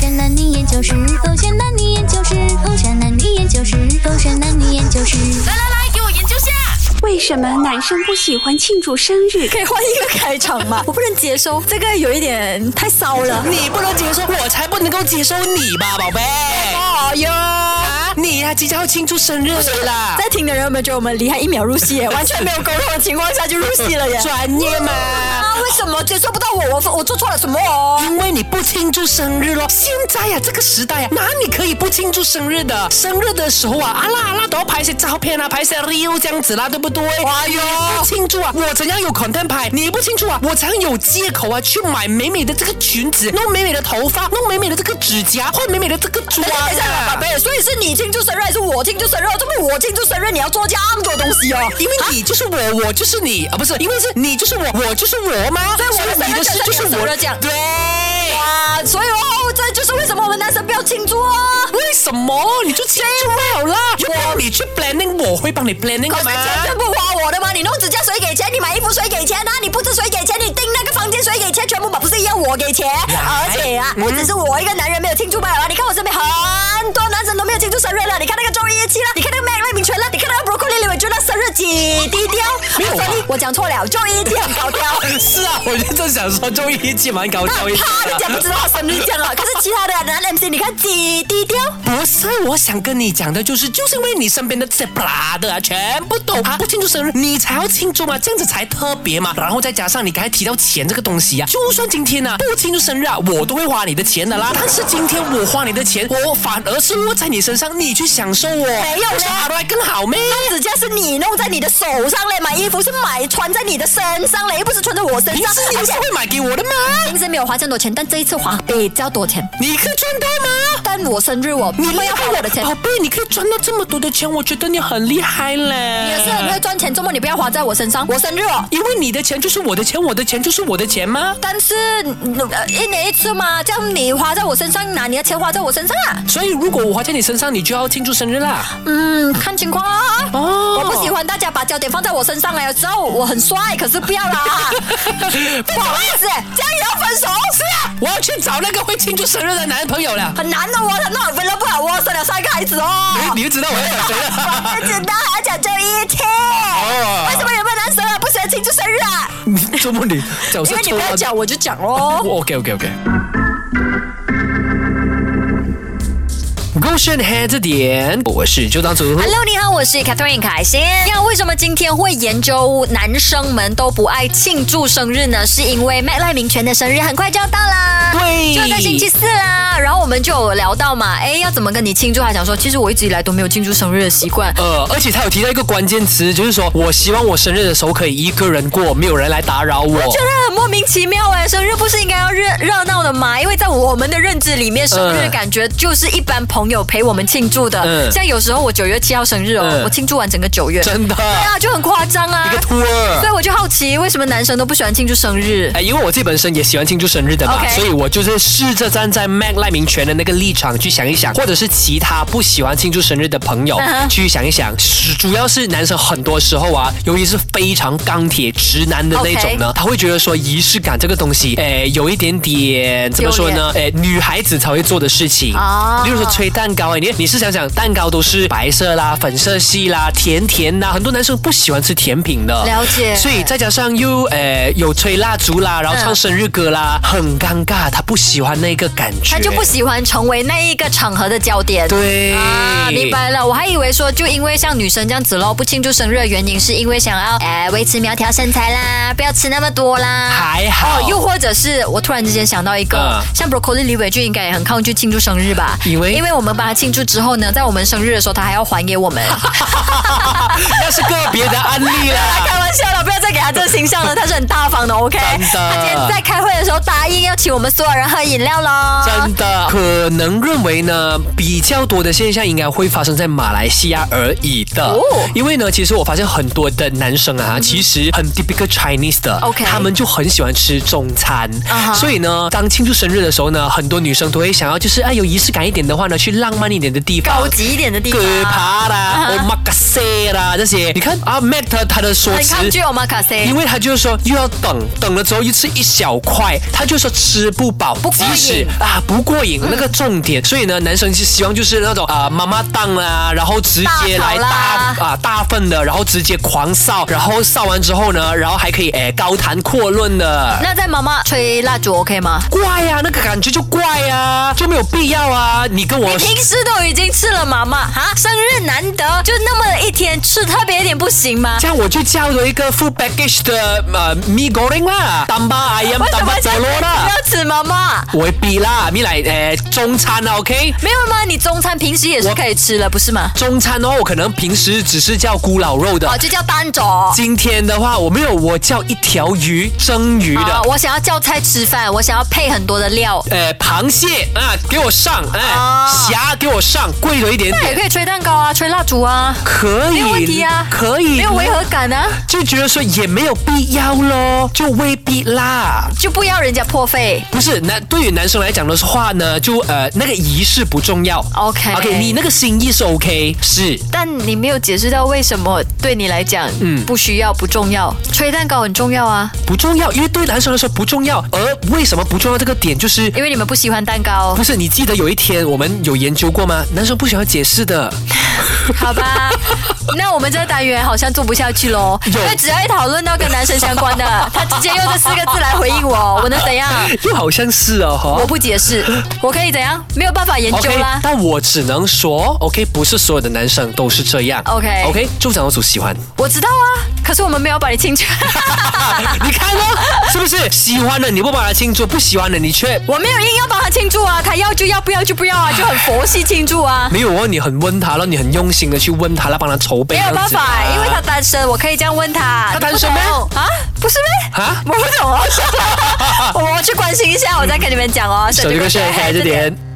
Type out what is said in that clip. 山男女研究室，风扇男女研究室，风扇男女研究室，风扇男女研究室。来来来，给我研究下。为什么男生不喜欢庆祝生日？可以换一个开场吗？我不能接受，这个有一点太骚了。你不能接受，我才不能够接受你吧，宝贝。哦哟，啊，你呀、即将要庆祝生日了啦，在听的人有没有觉得我们离开一秒入戏耶？完全没有沟通的情况下就入戏了耶？专业嘛。啊，为什么接受不到我？我我做错了什么哦？因为你不庆祝生日咯，现在呀、这个时代呀、哪里可以不庆祝生日的？生日的时候啊，阿拉阿拉都要拍一些照片啊，拍一些 real 这样子啦，对不对？哎呦，庆祝啊，我怎样有 content 拍？你不庆祝啊，我才有借口啊去买美美的这个裙子，弄美美的头发，弄美美的这个指甲，换美美的这个妆、等一下，等一下，啊。宝贝，所以是你庆祝生日还是我庆祝生日？这么我庆祝生日，你要做这么多东西哦？因为你就是我，我就是你啊，不是，因为是你就是我，我就是我吗？所以我的你的身份事就是证就是我我的这样对。啊，所以哦，这就是为什么我们男生不要庆祝哦。为什么？你就庆祝好了，要不然你去 planning，我会帮你 planning 可的是嘛。钱全部花我的吗？你弄指甲谁给钱？你买衣服谁给钱啊？你布置谁给钱？你订那个房间谁给钱？全部嘛不是一样我给钱，而且啊，不只是我一个男人没有庆祝罢了啊。你看我身边很多男生都没有庆祝生日了。你看那个周一七了，你看那个麦赖明权了，你看那个 Broccoli 李伟俊，那生日几低调。没有啊 Sorry，我讲错了，周一七很高调。 是啊，我就正想说，周一期蛮搞他笑一很下怕人家不知道他生日这样啊。可是其他的男 MC，你看几低调。不是，我想跟你讲的就是，就是因为你身边的这些 bra 的啊，全部都啊不庆祝生日，你才要庆祝嘛，这样子才特别嘛。然后再加上你刚才提到钱这个东西啊，就算今天呢、不庆祝生日啊，我都会花你的钱的啦。但是今天我花你的钱，我反而是落在你身上，你去享受哦我，没有嘞啥都还更好咩？那指甲是你弄在你的手上嘞，买衣服是买穿在你的身上嘞，又不是穿在我身平上时。你而不是且会买给我的吗？平时没有花这么多钱，但这一次花比较多钱。你可以赚到吗？但我生日我你不会要花我的钱宝。贝，你可以赚到这么多的钱，我觉得你很厉害嘞。你也是很会赚钱，周末你不要花在我身上。我生日哦，因为你的钱就是我的钱，我的钱就是我的钱吗？但是、呃一年一次嘛，这样你花在我身上，拿你的钱花在我身上啊。所以如果我花在你身上，你就要庆祝生日啦。嗯，看情况啊。哦我不喜欢大家把焦点放在我身上哎，有时候我很帅，可是不要啦。不好意思，这样也要分手？是啊，我要去找那个会庆祝生日的男朋友了。很难的哦，他那为了不好哦，生了三个孩子哦。哎你就知道我要找谁啊了。 不知道，还讲周一切。为什么你们男生啊不喜欢庆祝生日啊？你周末哦你早因为上哎你不要啊讲，我就讲哦。 OK OK OK。Goshen Hair 这点，我是周当主。 Hello，你好，我是 Catherine 凯欣。那为什么今天会研究男生们都不爱庆祝生日呢？是因为麦赖明权的生日很快就要到啦。对就在星期四啦，然后我们就有聊到嘛，哎，要怎么跟你庆祝？他讲说，其实我一直以来都没有庆祝生日的习惯，呃，而且他有提到一个关键词，就是说我希望我生日的时候可以一个人过，没有人来打扰我。啊觉得很莫名其妙哎。生日不是应该要热热闹的吗？因为在我们的认知里面，生日嗯感觉就是一般朋友陪我们庆祝的。嗯像有时候我九月七号生日哦，嗯我庆祝完整个九月，真的，对啊，就很夸张啊一个。tour 所。以我就好奇，为什么男生都不喜欢庆祝生日？哎，因为我自己本身也喜欢庆祝生日的嘛 OK 所以我就是试着站在 Mac 赖明权的那个立场去想一想，或者是其他不喜欢庆祝生日的朋友、嗯哼去想一想。是主要是男生很多时候啊，尤其是非常钢铁直男的那种呢他会觉得说仪式感这个东西，哎，有一点点怎么说呢？哎，女孩子才会做的事情哦例如说吹蛋糕，哎，你你是想想，蛋糕都是白色啦、粉色系啦、甜甜啦，很多男生不喜欢吃甜品的，了解所以再加上又呃有吹蜡烛啦，然后唱生日歌啦，很尴尬，他不喜欢那个感觉，他就不喜欢成为那一个场合的焦点。对啊，明。白了，我还以为说就因为像女生这样子咯，不庆祝生日的原因是因为想要哎维持苗条身材啦，不要吃那么多啦。还好哦，又或者是我突然之间想到一个，嗯像 Broccoli 李伟俊应该也很抗拒庆祝生日吧？因为因为我们帮他庆祝之后呢，在我们生日的时候，他还要还给我们。那是个别的案例 啦。开玩笑了，不要再给他这个形象了，他是很大方的，OK。真的他今天在开会的时候答应要请我们所有人喝饮料喽。真的，可能认为呢，比较多的现象应该会发生在马来西亚而已的。哦嗯因为呢，其实我发现很多的男生啊，其实很 typical Chinese 的 OK 他们就很喜欢吃中餐。啊哈所以呢，当当庆祝生日的时候呢，很多女生都会想要就是啊有仪式感一点的话呢，去浪漫一点的地方高。级一点的地哥方。爬啦、o m a k a s e 啦这些，啊你看啊，Mac 他他的说很辞，抗拒 omakase，因为他就是说又要等，等了之后又吃一小块，他就说吃不饱，不过瘾啊不过瘾、那个重点。所以呢，男生是希望就是那种啊、妈妈档啦，然后直接来大大啊炒、大份的，然后直接狂烧，然后烧完之后呢，然后还可以诶高谈阔论的。那在妈妈吹蜡烛 OK 吗？怪呀、那个感觉就怪呀、就没有必要啊！你跟我平时都已经吃了妈妈哈，生日难得就那么一天吃特别一点不行吗？这样我就叫了一个 full package 的呃 mi goreng 啦，哎丹巴 ayam 为什丹巴么佐罗啦，要吃妈妈？我会比啦，米来呃中餐啦，OK。没有吗？你中餐平时也是我可以吃了，不是吗？中餐的话，我可能平时只是叫咕老肉的哦，。就叫单种。今天的话，我没有，我叫一条鱼，蒸鱼啊的，我想要叫菜吃饭，我想要配很多的料。呃，螃蟹啊，给我上，哎啊，虾给我上，贵了一点那也点，可以吹蛋糕啊，吹蜡烛啊，可没有问以题啊，可以，没有违和，感啊，就觉得说也没有必要咯，就未必啦。就不要人家破费。不是男，对于男生来讲的话呢，就呃那个仪式不重要。 OK OK，你那个心意是 OK，是但你没有解释到为什么对你来讲，嗯，不需要不重要，吹蛋糕很重要啊，不重要，因为对男生来说不重要。而为什么不重要这个点，就是因为你们不喜欢蛋 糕不，是，你记得有一天我们有研究过吗？男生不喜欢解释 的，好吧？那我们这个单元好像做不下去喽，因有为只要一讨论到跟男生相关的，他直接用这四个字来回应我，我能怎样？又好像是哦，哈我。不解 释，我可以怎样？没有办法研究 OK，啦。但我只能说，OK，不是所有的男生都是这样。 OK OK，助长我组 喜欢，我知道啊，可是我们没有把你清 除，你看咯，是不是？喜欢的你不把他庆祝，不喜欢的你却我没有硬要帮他庆祝啊，他要就要，不要就不要啊，就很佛系庆祝啊。没有哦，你很温他了，你很用心的去问他了，帮他筹备。没有办法，因为他单身，我可以这样问他。啊他单身咩你不懂啊？不是咩？啊我不懂哦。我我去关心一下，我再跟你们讲哦。哦 手机跟 Certificate 哎谁开着点。